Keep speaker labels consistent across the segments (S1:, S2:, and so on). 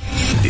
S1: The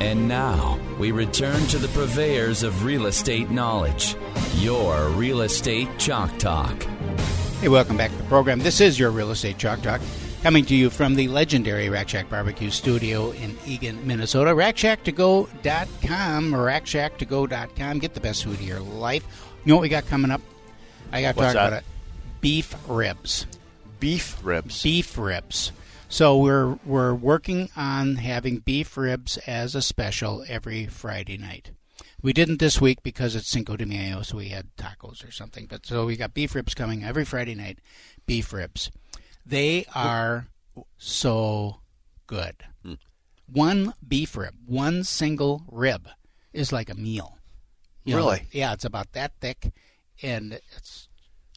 S2: And now we return to the purveyors of real estate knowledge, your real estate chalk talk.
S3: Hey, welcome back to the program. This is your Real Estate Chalk Talk, coming to you from the legendary Rack Shack Barbecue Studio in Eagan, Minnesota. RackShackToGo.com, RackShackToGo.com. Get the best food of your life. You know what we got coming up? I got to talk
S4: What's that?
S3: about it. Beef ribs.
S4: beef ribs.
S3: Beef ribs. So we're we're working on having beef ribs as a special every Friday night. We didn't this week because it's Cinco de Mayo, so we had tacos or something. But so we got beef ribs coming every Friday night. Beef ribs. They are so good. One beef rib, one single rib, is like a meal. You know,
S4: Really?
S3: yeah, it's about that thick, and it's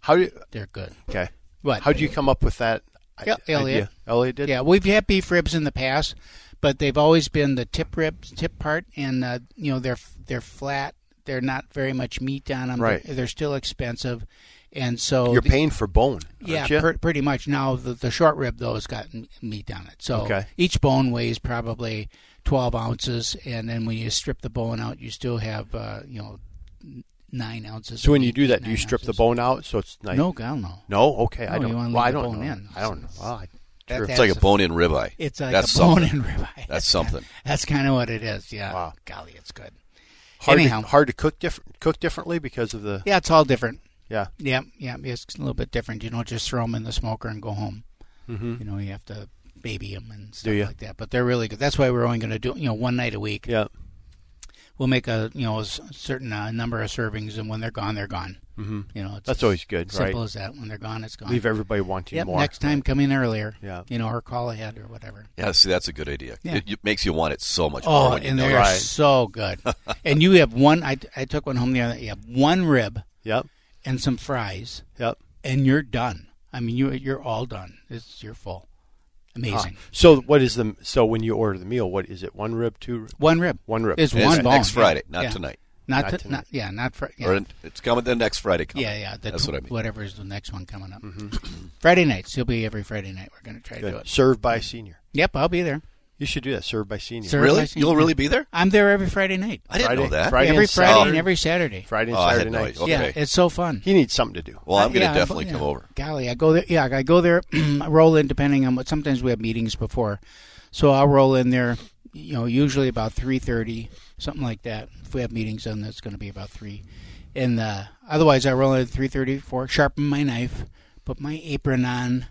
S4: How do you,
S3: they're good.
S4: okay?
S3: What?
S4: How would you come up with that? i-
S3: Yeah, Elliot.
S4: idea? Elliot did.
S3: Yeah, we've had beef ribs in the past, but they've always been the tip ribs, tip part, and uh, you know they're they're flat. They're not very much meat on them.
S4: Right.
S3: They're, they're still expensive, and so
S4: You're
S3: the-
S4: paying for bone.
S3: yeah,
S4: aren't you?
S3: per- pretty much. Now the, the short rib though has got m- meat on it, so
S4: Okay.
S3: each bone weighs probably twelve ounces, and then when you strip the bone out, you still have uh, you know n- nine ounces.
S4: so
S3: of
S4: when you
S3: meat,
S4: do that, do
S3: nine
S4: you strip the
S3: ounces.
S4: bone out so it's nice?
S3: No, God, no.
S4: No. Okay. I
S3: No,
S4: don't.
S3: you wanna
S4: well,
S3: leave
S4: I
S3: the
S4: don't
S3: bone
S4: know.
S3: in.
S4: I don't know. Well, I-
S3: That-
S4: true.
S5: It's like a
S3: that's-
S5: bone in ribeye.
S3: It's like
S5: That's
S3: a bone
S5: something.
S3: in ribeye.
S5: That's something.
S3: That's kind of what it is. Yeah.
S4: Wow.
S3: Golly, it's good.
S4: hard
S3: Anyhow.
S4: to, hard to cook different cook differently because of the
S3: Yeah, it's all different.
S4: yeah.
S3: Yeah, yeah, it's a little bit different. You don't just throw them in the smoker and go home. Mm-hmm. You know, you have to baby them and stuff
S4: ya?
S3: like that. But they're really good. That's why we're only going to do you know one night a week.
S4: Yeah.
S3: We'll make a you know a s- certain uh, number of servings, and when they're gone, they're gone. Mm-hmm. You know, it's
S4: That's always good,
S3: simple
S4: right?
S3: as that. When they're gone, it's gone.
S4: Leave everybody wanting
S3: Yep.
S4: more.
S3: Next time, come in earlier.
S4: Yeah.
S3: You know, or call ahead or whatever.
S5: Yeah, see, that's a good idea.
S3: Yeah.
S5: It, it makes you want it so much more.
S3: Oh,
S5: when you
S3: and
S5: know
S3: they're
S5: it.
S4: Right.
S3: so good. and you have one. I, I took one home the other. You have one rib
S4: Yep.
S3: and some fries,
S4: Yep.
S3: and you're done. I mean, you you're all done. It's you're full. Amazing.
S4: So what is the so when you order the meal? What is it? One rib, two. rib?
S3: One rib.
S4: One rib.
S3: It's
S4: And
S3: one
S5: it's
S3: bone.
S5: next
S3: yeah,
S5: Friday, not
S3: yeah.
S5: tonight.
S3: Not,
S4: Not
S3: to-
S4: tonight.
S3: not- yeah, not Friday. Yeah.
S5: Or in- it's coming the next Friday. Coming.
S3: yeah, yeah. the
S5: that's
S3: tw-
S5: what I mean. Mm-hmm.
S3: Whatever is the next one coming up. Friday nights. You'll be every Friday night. We're going to try to do
S4: Good.
S3: it.
S4: Served by senior.
S3: Yep, I'll be there.
S4: You should do that. Served by senior.
S3: Served by
S5: Really?
S3: senior.
S5: You'll really be there?
S3: I'm there every Friday night.
S5: I didn't
S4: Friday,
S5: know that.
S4: Friday
S3: every
S4: and
S3: Friday
S4: Saturday.
S3: and every Saturday.
S4: Friday and
S5: Oh, I had
S4: Saturday
S5: no
S4: nights.
S5: idea.
S3: Yeah,
S5: Okay.
S3: it's so fun.
S4: He needs something to do.
S5: Well, I'm
S3: Uh,
S5: going to
S3: yeah,
S5: definitely
S3: yeah.
S5: come over.
S3: Golly, I go there. Yeah, I go there. roll in depending on what. Sometimes we have meetings before, so I'll roll in there. You know, usually about three thirty, something like that. If we have meetings, then it's going to be about three. And uh, otherwise, I roll in at three thirty, four. Sharpen my knife, put my apron on,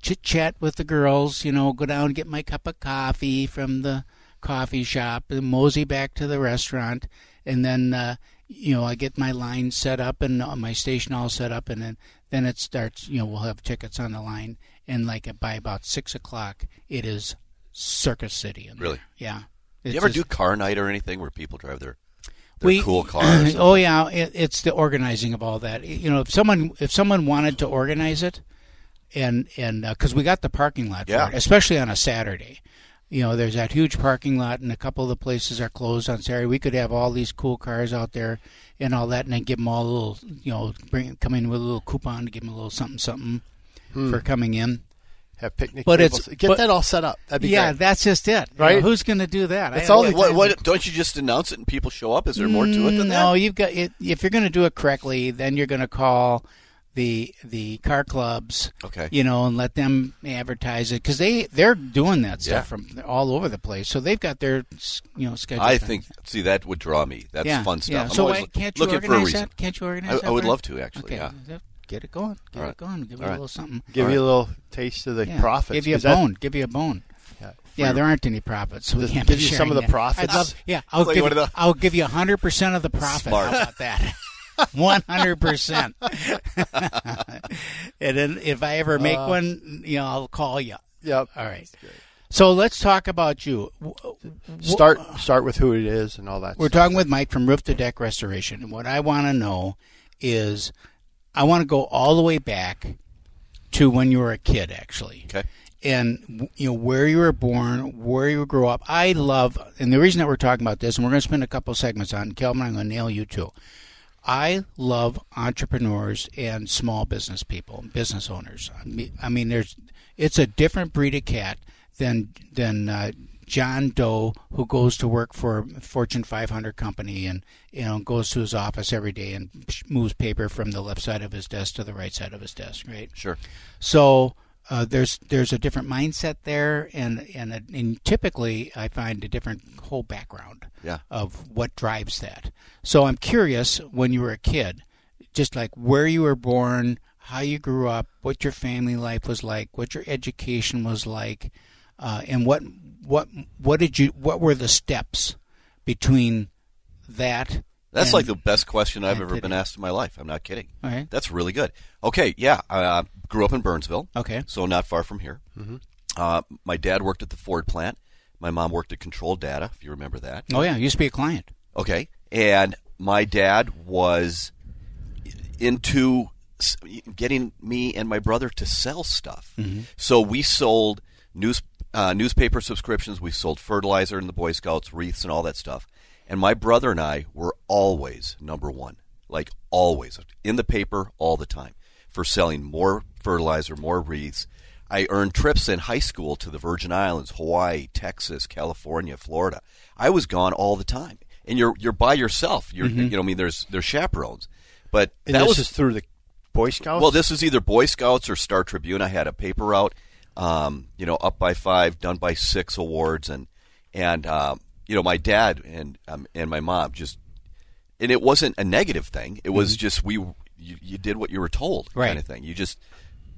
S3: chit chat with the girls. You know, go down and get my cup of coffee from the coffee shop, and mosey back to the restaurant, and then uh, you know I get my line set up and uh, my station all set up, and then then it starts. You know, we'll have tickets on the line, and like at- by about six o'clock, it is Circus City. In there.
S5: Really?
S3: Yeah.
S5: Do
S3: It's
S5: you ever
S3: just-
S5: do car night or anything where people drive their, their
S3: we-
S5: cool cars?
S3: oh yeah, it, it's the organizing of all that. You know, if someone if someone wanted to organize it, and and because we got the parking lot,
S5: Yeah.
S3: for it, especially on a Saturday. You know, there's that huge parking lot, and a couple of the places are closed on Saturday. We could have all these cool cars out there and all that, and then give them all a little, you know, bring come in with a little coupon to give them a little something something for coming in.
S4: Have picnic
S3: But it's-
S4: tables. Get
S3: but-
S4: that all set up. That'd be
S3: yeah,
S4: great.
S3: that's just it. You know,
S4: Right?
S3: who's going to do that?
S4: That's
S3: I-
S4: all
S3: I-
S4: the-
S5: What, what, don't you just announce it and people show up? Is there more to it
S3: Mm,
S5: than
S3: no,
S5: that?
S3: you've got it, if you're going to do it correctly, then you're going to call the the car clubs,
S5: Okay.
S3: you know, and let them advertise it because they they're doing that stuff
S5: Yeah.
S3: from all over the place. So they've got their s- you know schedule.
S5: I think, see, that would draw me. That's
S3: yeah,
S5: fun stuff.
S3: Yeah.
S5: I'm
S3: so
S5: always
S3: why,
S5: look-
S3: can't you
S5: looking
S3: organize
S5: for a reason.
S3: that? Can't you organize
S5: I-
S3: that?
S5: I would
S3: for
S5: love
S3: us?
S5: to, actually,
S3: Okay.
S5: yeah.
S3: Get it going. Get
S5: All
S3: it
S5: right.
S3: going. Give it
S5: All
S3: a
S5: right.
S3: little something.
S4: Give you a little taste of the
S3: yeah.
S4: profits.
S3: Give you a
S4: 'cause that-
S3: bone. give you a bone.
S4: Yeah.
S3: Yeah, there aren't any profits. So we
S4: Does it
S3: can't
S4: give
S3: be
S4: you some
S3: sharing
S4: of the
S3: that. I'd
S4: profits?
S3: love- yeah, I'll
S5: like
S3: give,
S5: one of
S4: uh,
S5: the-
S3: I'll give you 100% of the profit.
S5: Smart.
S3: How about that? 100%.
S4: Uh,
S3: and then if I ever make one, you know, I'll call you.
S4: Yep.
S3: All right. So let's talk about you.
S4: Start start with who it is and all that.
S3: We're
S4: stuff.
S3: talking with Mike from Roof to Deck Restoration, and what I want to know is, I want to go all the way back to when you were a kid, actually.
S5: Okay.
S3: And you know where you were born, where you grew up. I love, and the reason that we're talking about this, and we're going to spend a couple segments on it, Kelvin. I'm going to nail you too. I love entrepreneurs and small business people, business owners. I mean, I mean there's it's a different breed of cat than than uh, John Doe who goes to work for a Fortune 500 company and you know goes to his office every day and moves paper from the left side of his desk to the right side of his desk, right?
S5: Sure.
S3: So uh, there's there's a different mindset there, and and, and typically I find a different whole background
S5: Yeah.
S3: of what drives that. So I'm curious when you were a kid, just like where you were born, how you grew up, what your family life was like, what your education was like, uh, and what what what did you what were the steps between that?
S5: That's
S3: and-
S5: like the best question I've
S3: and
S5: ever been
S3: today.
S5: asked in my life. I'm not kidding.
S3: All right.
S5: That's really good. Okay, yeah. I uh, grew up in Burnsville.
S3: Okay.
S5: So not far from here. Mm-hmm. Uh, my dad worked at the Ford plant. My mom worked at Control Data, if you remember that.
S3: Oh yeah, I used to be a client.
S5: Okay. And my dad was into s- getting me and my brother to sell stuff. So we sold news uh, newspaper subscriptions, we sold fertilizer and the Boy Scouts wreaths and all that stuff. And my brother and I were always number one, like always in the paper all the time for selling more fertilizer, more wreaths. I earned trips in high school to the Virgin Islands, Hawaii, Texas, California, Florida. I was gone all the time, and you're you're by yourself. You're you know I mean there's there's chaperones, but
S4: And
S5: that
S4: this
S5: was
S4: is through the Boy Scouts.
S5: well, this is either Boy Scouts or Star Tribune. I had a paper route, um, you know, up by five, done by six awards, and and um, you know, my dad and um, and my mom just, and it wasn't a negative thing. It was just we you, you did what you were told, kind
S3: Mm-hmm. Right.
S5: of thing. You just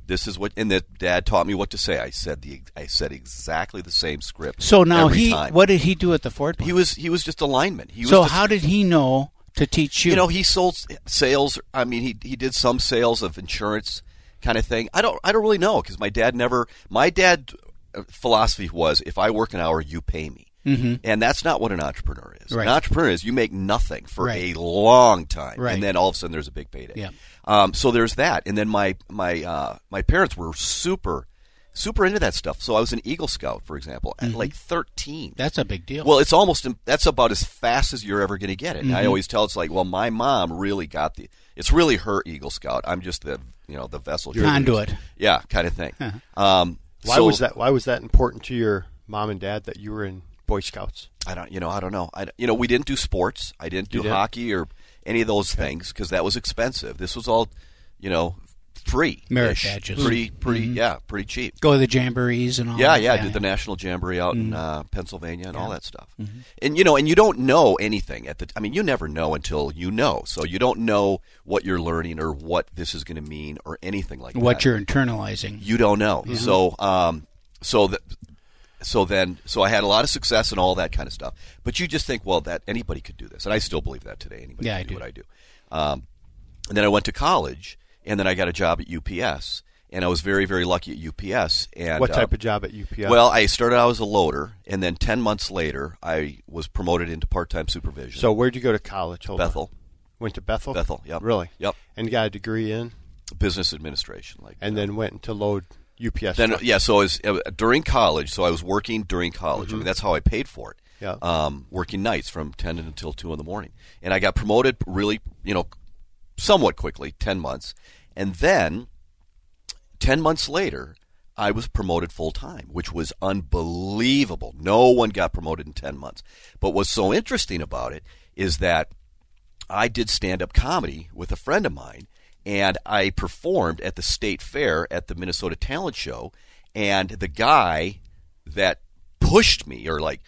S5: this is what, and the dad taught me what to say. I said the I said exactly the same script.
S3: So now
S5: every
S3: he,
S5: time.
S3: what did he do at the Ford?
S5: he
S3: plant?
S5: was he was just a lineman. He was
S3: so
S5: just-
S3: how did he know to teach you?
S5: you know, he sold s- sales. I mean, he he did some sales of insurance kind of thing. I don't I don't really know because my dad never. My dad uh, philosophy was if I work an hour, you pay me. Mm-hmm. And that's not what an entrepreneur is.
S3: Right.
S5: An entrepreneur is you make nothing for
S3: Right.
S5: a long time,
S3: Right.
S5: and then all of a sudden there's a big payday.
S3: Yeah.
S5: Um, so there's that, and then my my uh, my parents were super super into that stuff. So I was an Eagle Scout, for example,
S3: Mm-hmm.
S5: at like 13.
S3: that's a big deal.
S5: Well, it's almost that's about as fast as you're ever going to get it. And I always tell it's like, well, my mom really got the. It's really her Eagle Scout. I'm just the you know the vessel she
S3: Conduit.
S5: used. Yeah, kind of thing. Um,
S4: why
S5: so-
S4: was that? Why was that important to your mom and dad that you were in Boy Scouts?
S5: I don't. You know, I don't know. I don't- you know we didn't do sports. I didn't do
S4: didn't?
S5: hockey or any of those things because that was expensive. This was all, you know, free.
S3: Merit badges.
S5: Pretty, pretty, yeah, pretty cheap.
S3: go to the jamborees and all.
S5: Yeah,
S3: that.
S5: yeah, I did the national jamboree out
S3: Mm.
S5: in uh, Pennsylvania and all that stuff.
S3: Mm-hmm.
S5: And you know, and you don't know anything at the. I mean, you never know until you know. So you don't know what you're learning or what this is going to mean or anything like
S3: What
S5: that.
S3: you're Mm-hmm. internalizing.
S5: you don't know. So um, so that. So then, so I had a lot of success and all that kind of stuff. But you just think, well, that anybody could do this, and I still believe that today. Anybody
S3: Yeah,
S5: can
S3: I
S5: do,
S3: do.
S5: what I do. Um, and then I went to college, and then I got a job at UPS, and I was very, very lucky at UPS. And
S4: what
S5: uh,
S4: type of job at UPS?
S5: well, I started out as a loader, and then ten months later, I was promoted into part-time supervision.
S4: so where'd you go to college? Hold on.
S5: Bethel.
S4: Went to Bethel.
S5: Bethel, yep.
S4: Really.
S5: Yep.
S4: And got a degree in,
S5: business administration, like
S4: and then went to load UPS.
S5: then
S4: trucks.
S5: yeah. So I was uh, during college. So I was working during college. I mean, that's how I paid for it.
S4: Mm-hmm. Yeah.
S5: Um, working nights from ten until two in the morning, and I got promoted really, you know, somewhat quickly, ten months, and then ten months later. I was promoted full time, which was unbelievable. No one got promoted in 10 months. But what's so interesting about it is that I did stand up comedy with a friend of mine, and I performed at the state fair at the Minnesota Talent Show. And the guy that pushed me or like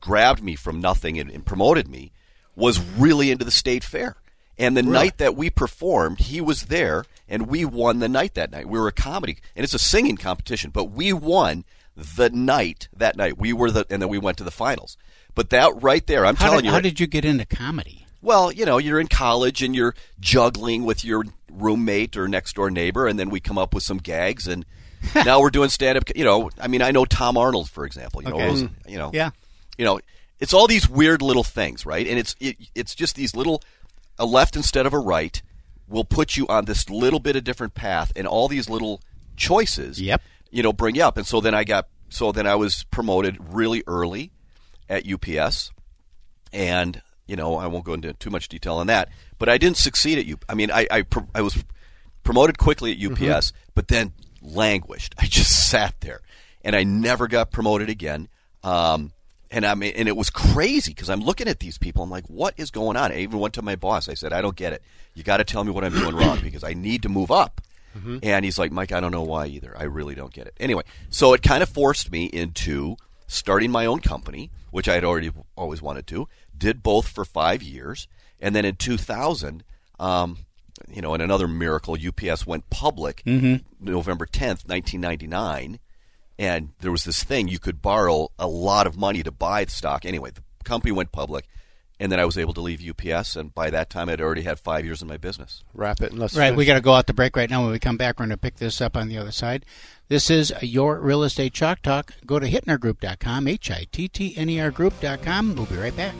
S5: grabbed me from nothing and, and promoted me was really into the state fair. And the night that we performed, he was there, and we won the night that night. We were a comedy, and it's a singing competition, but we won the night that night. We were the, and then we went to the finals. But that right there, I'm
S3: How
S5: telling
S3: did,
S5: you,
S3: how
S5: right-
S3: did you get into comedy?
S5: well, you know, you're in college and you're juggling with your roommate or next door neighbor, and then we come up with some gags, and now we're doing stand up. You know, I mean, I know Tom Arnold, for example. You know,
S3: Okay. Mm.
S5: those- you know,
S3: Yeah.
S5: you know, it's all these weird little things, right? And it's it, it's just these little a left instead of a right will put you on this little bit of different path, and all these little choices,
S3: Yep.
S5: you know, bring you up. And so then I got so then I was promoted really early at UPS, and you know I won't go into too much detail on that, but I didn't succeed at U. I mean, I I, pr- I was promoted quickly at UPS, but then languished. I just sat there, and I never got promoted again. Um, and I mean, and it was crazy because I'm looking at these people. I'm like, what is going on? I even went to my boss. I said, I don't get it. You got to tell me what I'm doing wrong because I need to move up. And he's like, Mike, I don't know why either. I really don't get it. Anyway, so it kind of forced me into starting my own company, which I had already always wanted to. Did both for five years, and then in 2000, um, you know, in another miracle, UPS went public November 10th, 1999, and there was this thing you could borrow a lot of money to buy the stock. Anyway, the company went public. And then I was able to leave UPS, and by that time, I'd already had five years in my business.
S4: Wrap it and let's
S3: Right, we
S4: finish.
S3: got to go out the break right now. When we come back, we're going to pick this up on the other side. This is your real estate chalk talk. Go to hitnergroup.com, H I T T N E R group.com. We'll be right back.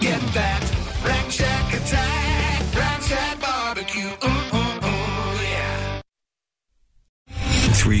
S6: Get that Rack Shack attack. Rack Shack barbecue. Ooh, ooh, ooh, yeah.
S1: Three